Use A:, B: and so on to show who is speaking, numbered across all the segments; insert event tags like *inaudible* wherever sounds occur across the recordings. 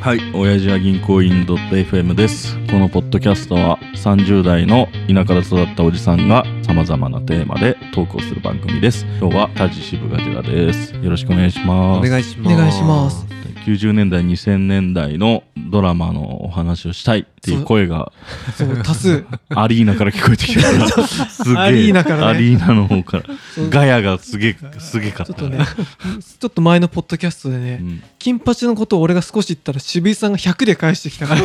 A: はい、親父は銀行員 .fm です。このポッドキャストは30代の田舎で育ったおじさんが様々なテーマでトークをする番組です。今日は田地渋がてらです。よろしくお願いし
B: お
A: ます。
B: 願いします。
C: お願いします
A: 90年代、2000年代のドラマのお話をしたいっていう声が
C: そう、多数。
A: アリーナから聞こえてきた
C: *laughs*
A: から、すげえ。
C: アリーナからね
A: アリーナの方から。
C: そう
A: ガヤがすげえ、すげえかっ
C: ち
A: た
C: ょっとね、ちょっと前のポッドキャストでね、
A: うん
C: 金八のことを俺が少し言ったら渋井さんが100で返してきたから、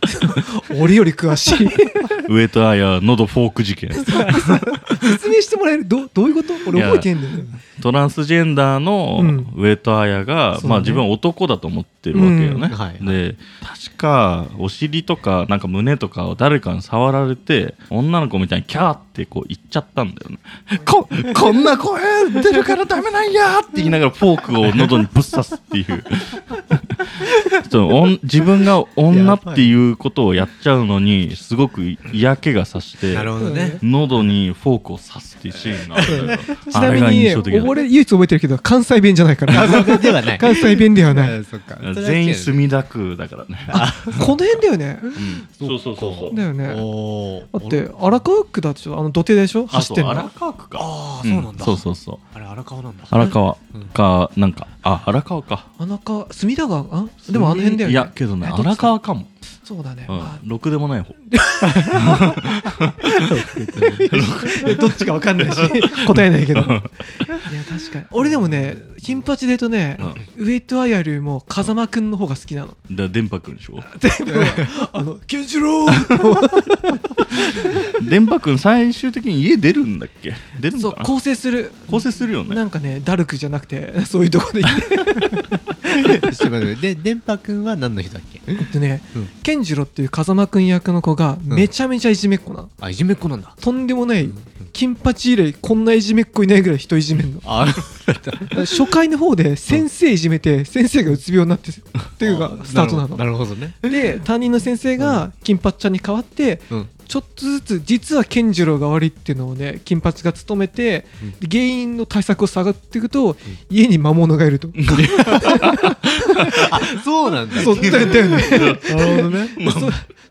C: *laughs* 俺より詳しい。
A: 上戸彩、喉フォーク事件。
C: 説明してもらえるどどういうこと俺覚えてんだよね。
A: トランスジェンダーの
C: うん
A: 上戸彩が、
C: そう
A: まあ
C: ね
A: 自分は男だと思ってるわけよね、
B: うんはい
A: で確かお尻とかなんか胸とかを誰かに触られて女の子みたいにキャーってこう言っちゃったんだよねここんな声出るからダメなんやって言いながらフォークを喉にぶっ刺すっていう *laughs* そのおん自分が女っていうことをやっちゃうのにすごく嫌気がさして
B: なるほどね。
A: 喉にフォークを刺すっていうシーンがあるんだよ
C: ち
A: あ
C: な
A: れ
C: み
A: が
C: に
A: 印
C: ね、
A: 象的だった
C: 俺唯一覚えてるけど、関西弁じゃないから。
B: ではない。
C: 関西弁ではない。
B: そっか
A: 全員墨田区だからね。
C: この辺だよね。
A: そうそうそうそう。
C: だよね。
B: お
C: だって、荒川区だってちょっとあの土手でしょ
A: あ、
C: 走
A: そ
C: っ
A: う
C: てん
A: 荒
C: の。
A: 川区か。
B: ああ、そうなんだ。
A: そうそうそう。
B: あれ、荒川なんだ。
A: 荒川
B: うん
A: か、なんか、あ、荒川か。
C: あのか、隅田川あでもあの辺だよね。
A: いや、けどね、
C: えっと
A: 荒川かも。
C: そうだね。あ
A: うん。ろくでもない方。
C: え *laughs* どっちかわかんないし答えないけどいや確かに俺でもね金八で言うとね、ウエイトアイアルよりも風間くんの方が好きなの
A: だ、電波くんでしょ。
C: でも *laughs* あの「ケンシロウ!
A: 電波くん最終的に家出るんだっけ出」るん
C: そ
A: だ
C: う
A: な
C: 構成する
A: 構成するよ
C: な
A: ね。
C: んかねダルクじゃなくて *laughs* そういうとこで行って
B: ちょっと待ってで、電波くんは何の人だっけ
C: えっとね、
B: うん
C: ケンジロウっていう風間くん役の子がめちゃめちゃいじめっ子なの、
B: あ、いじめっ子なんだ。
C: とんでもない金八以来こんないじめっ子いないぐらい人いじめんの
B: あ
C: 初回の方で先生いじめて先生がうつ病になってっていうのがスタートなの
B: なるほどね。
C: で担任の先生が金八ちゃんに代わって
B: うん。
C: ちょっとずつ実は健次郎が悪いっていうのをね金八が務めてで原因の対策を探っていくと家に魔物がいると
B: あ、そうなんだ。
C: そうだよ
B: な
C: ね
B: るほどね。
C: そ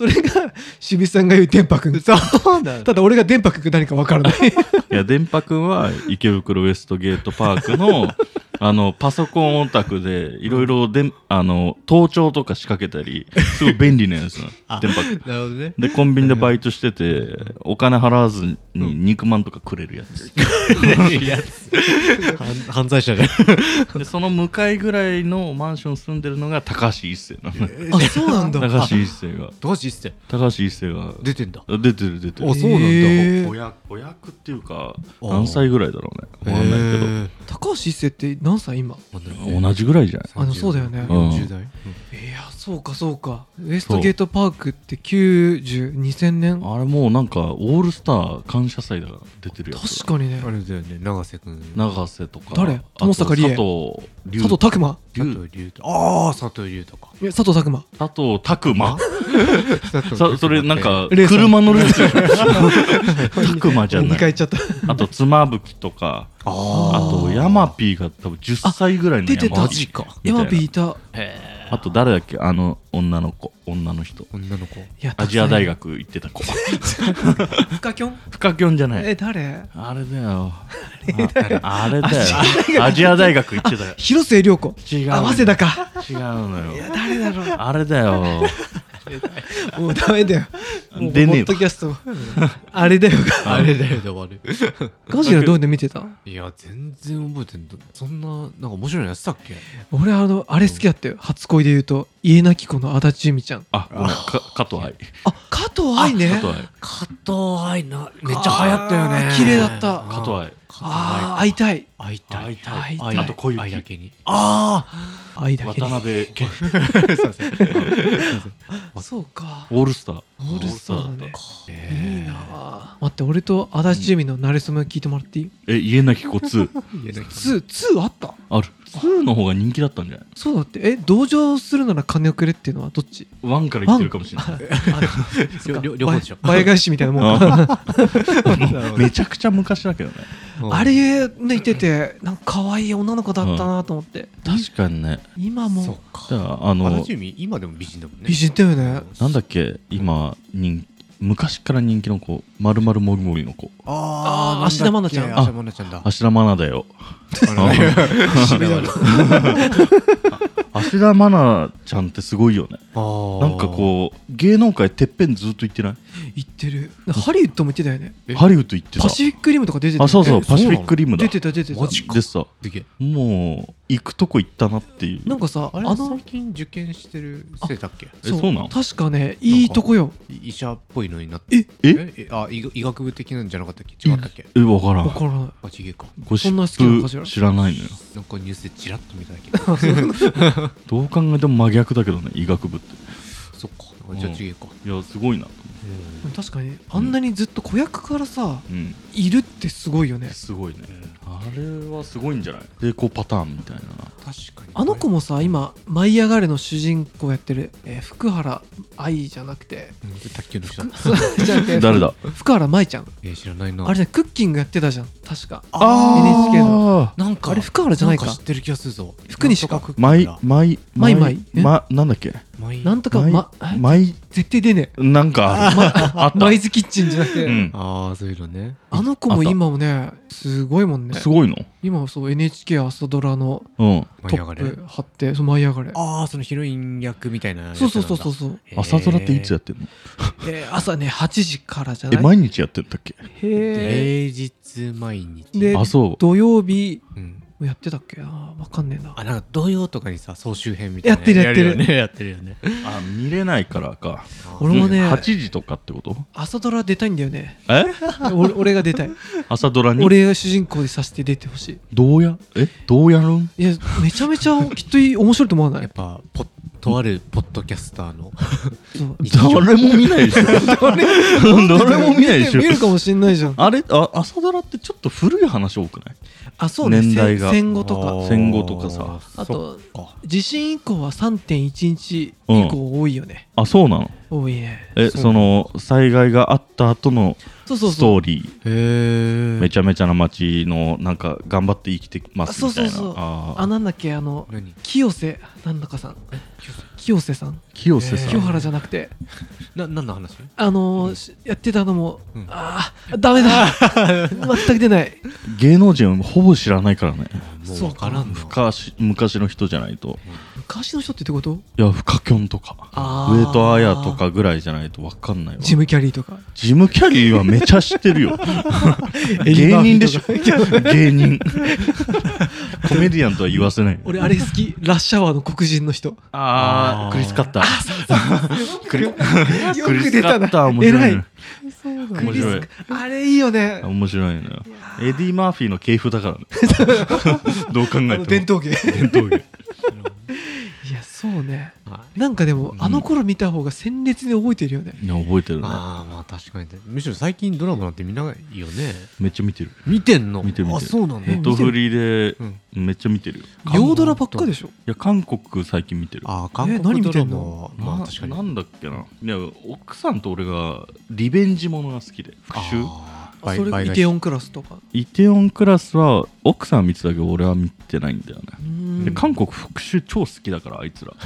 C: それが渋井さんが言う電波 *laughs* くん
B: そうなんだ。
C: ただ俺が電波くんが何か分から *laughs* ない
A: いや、電波くんは池袋ウエストゲートパーク
C: *laughs*
A: の、あの、パソコンオタクで、いろいろでん、あの、盗聴とか仕掛けたり、すごい便利なやつなの。
B: あ
A: 電波くん。
B: なるほどね。
A: でコンビニでバイトしててお金払わずに肉まんとかくれるや
C: *laughs*
A: つ、
B: い *laughs* や犯犯罪者じゃん。
A: でその向かいぐらいのマンション住んでるのが高橋一生なの
C: あそうなんだ
A: *laughs* 高橋一生が
B: どうしいっすって
A: 高橋一生が
B: 出てんだ。
A: あ出てる出てる
B: あそうなんだ
C: へー
A: お役お役っていうか
B: あー
A: 何歳ぐらいだろうねわかんない
B: え
C: 高橋一生って何歳今
A: けど同じぐらいじゃない
C: あのそうだよね
A: うん
B: 10代。
C: いやそうかそうかウエストゲートパークって92000年
A: あれもうなんかオールスター感謝祭だから出てるやつ
C: 確かにね
B: あれだよね、永瀬くん。
A: 永瀬とか
C: 誰
A: あと
C: 友坂理恵
A: 佐藤龍
C: 佐藤拓磨
B: 佐藤龍とああ佐藤龍とか
C: いや佐藤拓磨
A: 佐藤拓
C: *laughs*
A: 磨
B: 佐藤
A: *laughs*
B: 龍
A: さそれなんか
C: レーサー
A: 車のレースでし
C: *laughs*
A: ょ拓磨じゃな
C: 2
A: い
C: 回言っちゃった
A: *laughs* あと、妻夫木とか、
B: あ
A: あと、ヤマピーが多分10歳ぐらいの
C: 出て
A: ヤ
C: た
A: マ
B: マ
A: ピー
B: ジか
A: みたいな
C: 山ピーいた
A: あと、誰だっけあの、女の子、女の人。
B: 女の子
C: いや
A: アジア大
C: 学
A: 学行ってた子。
C: フカキョン
A: フカキョンじゃない。
C: え誰
A: あれだよ。ああれだよ。アジア大学行ってたよ。
C: 広末涼子
A: 違う。
C: あ早稲田
A: *laughs*
C: か
A: 違うのよ。
C: 誰だろ
A: あれだよ。
C: うもうダメだよもう
A: 出ねえわ
C: ポッドキャストもあれだよ
B: あれだよで終わ
C: ガジラどういうの見てた
B: るいや全然覚えてんだそんななんか面白いのやってたっけ
C: 俺あのあれ好きだったよ初恋で言うと家なき子の足立由美ちゃん
A: あ、ごめん。か加藤愛。
C: あ加藤愛ね
A: 加藤愛。
B: 加藤愛なめ
C: っちゃ流行ったよねうん
A: 加藤愛。
C: ああ会いたい
B: 会いた
A: 会い
B: い
A: たい。
C: 会いたい
A: あと、小
B: 愛だ
A: 雪。
B: けにあ
C: 愛だけ
A: 渡
C: に
A: 辺謙。
C: そうか
A: オールスター。
C: オールスターだね
B: あ
C: いいなぁ待って俺と足立由美の馴れ初め聞いてもらっていい
A: え、家なき子2。
C: 2 2あった
A: ある。2の方が人気だったんじゃない
C: そうだってえ同情するなら金をくれっていうのはどっち
A: ?1 から言ってるかもしれない。
C: そっか
B: 両両方でしょ
C: 倍倍返しみたいなもんか
A: めちゃくちゃ昔だけどね。
B: うん
C: *laughs* あれねいててなんか可愛い女の子だったなと思って、
A: 確かにね
B: そ
C: 今
B: っ
C: も
A: じゃ
B: か
A: ああ
B: 足
A: の
B: 立海今でも美人だもんね
C: 美人だよね
A: なんだっけ今人昔から人気の子まるまるもぐもりの子
B: あ
C: あー芦田愛菜ちゃん
B: 芦田愛菜ちゃんだ
C: *laughs*
A: 芦田愛菜だよ
B: あれ
C: 締めだな
A: 芦田愛菜ちゃんってすごいよねな
B: なん
A: かこう芸能界てっぺんずっと行ってな
C: 言ってるハリウッドも言ってたよね
B: え
A: いハリウッド行って
C: パ
A: た
C: シフィックリムとか出てたよ
A: あ
C: ね
A: そうそう
B: え
A: パシフィックリムだ
C: 出てた出てた
B: マジか
A: でさ
B: うすげえ
A: もう行くとこ行ったなっていう
C: なんかさ
B: あ
C: あ
B: れ
C: の
B: 最近受験してるせいだっけ
A: えそうなの
C: 確かねいいとこよ
B: い医者っぽいのになって
C: え
A: え
B: あ医医学部的なんじゃなかったっけ違ったっけ
A: え分から
C: わ
A: ん
C: からない
B: あちげえか
A: ゴシ
C: そんな好きなの
A: ッ
C: かしら
A: プ知らないのよ
B: なんかニュースでチラッと見ただ
C: *laughs*
B: けど
A: どう考えても真逆だけどね医学部って
B: そっかじゃあちげえか
A: いやすごいなと思
C: 確かにあんなにずっと子役からさ
A: ううん
C: いるってすごいよね
A: すごいねあれはすごいんじゃないでこうパターンみたいな
B: 確かに
C: あの子もさ今「舞い上がれ!」の主人公やってる、えー福原愛じゃなくて
B: うん卓球の人
C: そうじゃなくて
A: 誰だ
C: 福原舞ちゃん
B: えー知らないな
C: あれねクッキングやってたじゃん確か
B: あ
C: NHK
A: の
B: なんか
C: あれ福原じゃないか
B: ん知ってる気がするぞ
C: 福西か
B: なんとクッキ
A: マ
B: ー
A: イ
B: だ
A: マイ
C: マイマイえ
A: まなんだっけ
B: マイ
C: なんとか
A: マイ
C: まえ
A: マイ
C: 絶対出ね
A: なんかある
C: え
A: *laughs* あった
C: マイズキッチンじゃなくて、
A: うん
B: ああそういうのね
C: あの子も今もねすごいもんね
A: すごいの
C: 今はそう NHK 朝ドラの
A: うん
B: 舞
C: ト
B: い上が
C: ッ
B: れ
C: プ張ってそう舞い上がれ
B: ああそのヒロイン役みたいなやつ
C: そ
B: なん
C: う
B: だ
C: そうそうそうそう、
B: へー
A: 朝ドラっていつやってんの
C: えー朝ね8時からじゃ
A: え
C: ない
A: 毎日やってんだっけ
C: へえ
B: 平日毎日
C: で
A: あそう
C: 土曜日
B: うん
C: もやってたっけなわかんねえな
B: あなんか土曜とかにさ総集編みたいな
C: やってるやってる
B: よねやってるよね
A: あ見れないからか
C: *laughs* 俺もね
A: 8時とかってこと
C: 朝ドラ出たいんだよ
A: *laughs*
C: ね
A: え
C: 俺俺が出たい
A: 朝ドラに
C: 俺が主人公でさせて出てほし
A: どうやえどうやるん
C: いいやめちゃめちゃきっといい面白いと思わな
B: やっ
C: い
B: ぱポッとあるポッドキャスター
C: *laughs*
B: の
C: そう
A: 誰も見ないで
C: *laughs*
A: しょ誰も見ないでしょ
C: 見るかもしんないじゃん
A: あれあ朝ドラってちょっと古い話多くない
C: あそうね
A: 年代が
C: 戦戦後とか
A: 戦後とかさ
B: あー
C: あ
B: そ
C: と
B: っか
C: 地震以降は3.1日以降多いよね、
A: あそうなの
C: 多いね
A: え
B: そう
A: その災害があった後の
C: そうそう
A: ス
C: そ
A: トー
C: う
A: リー
B: へえ
A: めちゃめちゃな街のなんか頑張って生きてますみたいな
C: あそうそうそう
A: あー
C: あなんだっけあの
B: 何
C: 清瀬なんだかさん清瀬さん
A: 清瀬さ
B: え
A: ん、
C: 清原じゃなくて
B: な何の話
C: あのーしやってたのも、
B: うん
C: ああダメだ全く出ない
A: 芸能人ほぼ知らないからね
B: もう分からんの
A: 昔昔の人じゃないと
C: 昔の人ってってこと
A: いやフカキョンとか
C: あ
A: ウ
C: ー
A: エイト・アヤとかぐらいじゃないと分かんないわ
C: ジム・キャリーとか
A: ジムキャリーはめちゃ知って
C: *laughs*
A: るよ芸人でしょ芸
C: *laughs*
A: 人コメディアンとは言わせない
C: 俺あれ好 *laughs* きラッシャワーの黒人の人
A: あ
B: あー
A: あクリス・カッタークリ
C: *laughs* よ
A: クリ
C: く
A: ス・
C: 出
A: カ
C: たな
A: ッター面白い
C: 偉
A: ね
C: いそう
A: 面白い
C: あれいいよね
A: 面白いのよエディ・マーフィーの系譜だからねどう考
C: あ
A: え
C: の
A: て
C: 伝
A: も
C: 統芸
A: 伝統芸
C: いやそうね
B: はい
C: なんかでも、
A: ん
C: あの頃見た方が鮮烈に覚えてるよね
A: いや覚えてるね
B: ああまあ確かにねむしろ最近ドラマなんて見ないよね
A: めっちゃ見てる
B: 見てんの
A: 見てる見てる
B: あそうなんだ
A: ネットフリで
B: うん
A: めっちゃ見てるよい
B: 韓国
C: 洋ドラばっかでしょ
A: や韓国最近見てる
B: ああ韓
C: え
B: 国
C: 何見
B: ド
C: て
B: ラ
C: ん
B: マ
C: の
B: はまあ確かに
A: ななんだっけないや奥さんと俺がリベンジものが好きで復讐
B: あー
C: あそれ
B: 倍
C: イ
B: 返
C: テ
B: し
C: オンクラスとか
A: イテオンクラスは奥さんは見てたけど俺は見てないんだよね
C: うーん
A: で韓国復讐超好きだからあいつら好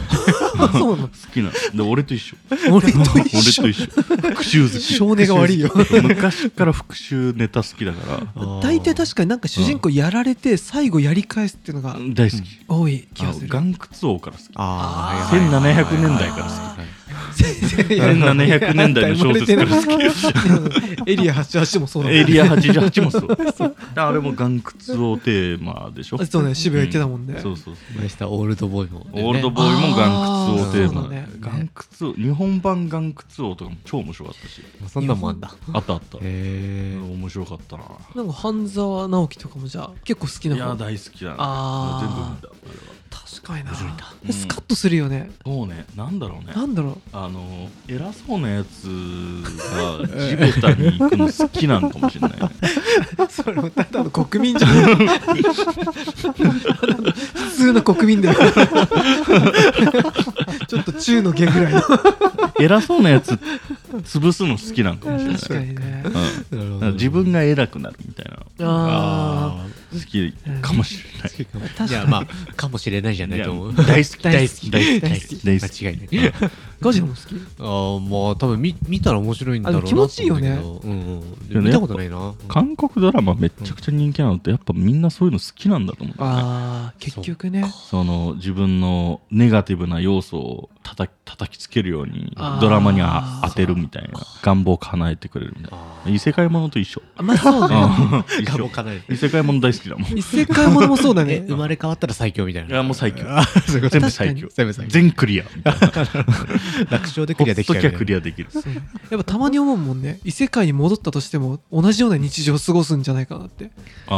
C: あ *laughs* そうなの
A: きなので俺と一緒
C: 俺と
A: 俺
C: 一緒
A: と一緒復讐好き
C: 性根が悪いよ
A: 復讐好き昔から復讐ネタ好きだか
B: あー
C: 大体確かになんか主人公やられて最後やり返すっていうのが
A: ら大好き
C: 多い気
A: あ
C: が
A: の
C: する
A: 岩窟王から好き
B: あ
C: あー
B: ーはいはいはいはい
A: 1700年代から好
C: 1700 *laughs*
A: 1700年代の小説から好
C: エリア88もそうだもん
A: エリア88もそうであれも岩窟王テーマでしょ
C: あそうね渋谷行ってたもんね
A: うそうそうそう
B: 前下オールドボーイもね、
A: オールドボーイも岩窟王テー
C: あーそ
A: マ、
C: うだね
A: 岩窟王日本版岩窟王とかも超面白かったし
B: そんなんもあんだ
A: あったあった、
B: へ
A: *laughs*
B: え
A: 面白かったな
C: なんか半沢直樹とかもじゃあ結構好きない
A: や
C: 方
A: 大好きだね
C: あー
A: もう全部見たあれは
C: 確かにな
A: うん
C: スカッとするよね
A: そうねなんだろうね
C: なんだろう
A: あの偉そうなやつが地べたに行くの好きなのかもしれないね
C: それもただの国民じゃ
B: *laughs*
C: ない普通の国
A: *laughs*
C: 民だよちょっと中の下ぐらいの
A: 偉そうなやつ潰すの好きなんかもしれない
C: 確かにね
A: うん
B: なるほ
A: だから自分が偉くなるみたいなの
C: あ
A: 好きかもしれない
C: かに
B: いやまあかもしれないじゃないと思う
A: いや大好き
B: 大好き
A: 大好き
B: 大好き
A: 大好き
B: 間違いない
A: *laughs*
C: ーガジラも好き
B: ああまあ多分見見たら面白いんだろうな
C: あでも気持ちいいよね
B: と思うんだけど
A: で
B: うんうん
A: も
B: 見たことないな
A: 韓国ドラマめっちゃくちゃ人気なのってやっぱみんなそういうの好きなんだと思う
C: ああ結局ね
A: その自分のネガティブな要素を叩き叩きつけるように
C: あー
A: ドラマにあ当てるみたいな願望を叶えてくれるみたい
B: あ
A: な異世界ものと一緒
C: あま
A: *laughs*
C: あそうね
A: うん一
B: 願望
A: 緒
B: 叶える
A: 異世界もの大好きだもんい
C: 異世界ものもそうだ
A: *laughs*
B: え
C: ね
B: 生まれ変わったら最強みたいな
A: やもう最強
B: あーそういうこと
A: 全部最強
B: 全部最強
A: 全クリアみたいな
B: 楽勝で
A: ほ
B: クリア
A: っ
B: でき
A: と
B: た
A: きゃクリアできる
C: やっぱたまに思うもんね異世界に戻ったとしても同じような日常を過ごすんじゃないかなって
A: あ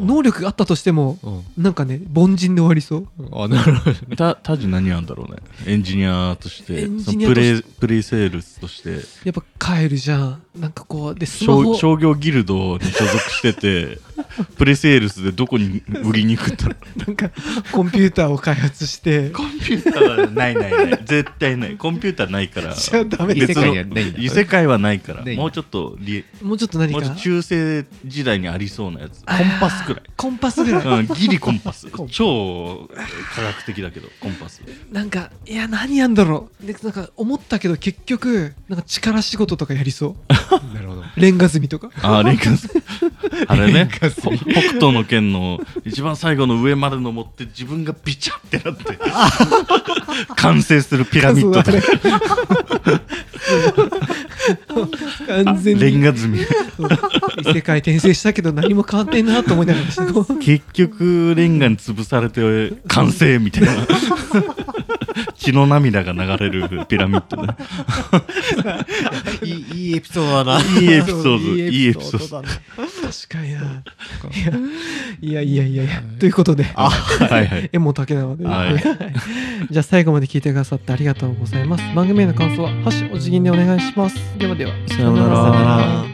C: 能力があったとしても
B: うん
C: なんかね凡人で終わりそう
B: あなるほど
A: あたタジ何なんだろうねエンジニアとして
C: エン
A: そ
C: ジニ
A: の
C: アと
A: プ
C: し
A: レイプレイセールスとして
C: やっぱ帰るじゃんなんかこうでスマ
A: 商
C: ホ
A: 商業ギルドに所属しててプレイセールスでどこに売りに行くんだろう
C: なんかコンピューターを開発して
A: コンピューターはないないない絶対ないコンピューターない
C: *laughs*
A: から
C: じゃあダメ
B: 異
C: だ
B: 世界にはないんだ
A: 異世界はないから
B: ない
A: もうちょっとリ
C: もうちょっと何
A: もうちょっ
C: か
A: と中世時代にありそうなやつコンパスくらい
C: コンパスぐらい
A: うん、ギリコンパス
C: コン
A: 超科学的だけどコンパス
C: なんかいや何やんだろうでなんか思ったけど結局なんか力仕事とかやりそ
B: *laughs* なるほど
C: う *laughs* レンガ積みとか
A: あーレンガスあ *laughs* れね
B: レンガス
A: ほ北斗の剣の一番最後の上まで登って自分がビチャってなって *laughs* 完成するピラミッドとか
C: 完全
A: レン
C: に
A: ガ積み
C: 異世界転生したけど何も変わってんなと思いながらし
A: *laughs*
C: てこう
A: 結局レンガに潰されて完成みたいな血の涙が流れるピラミッドね
B: いいいいエピソードだない
A: いエピソードいいエピソード
B: だね
C: 確かにないやいやいやいやいやということで
B: あ
A: はいはい
C: 絵も竹なので、
A: はい
C: *laughs* じゃあ最後まで聞いてくださってありがとうございます番組への感想は「ハッシュお辞儀」でお願いしますではでは
A: さようなら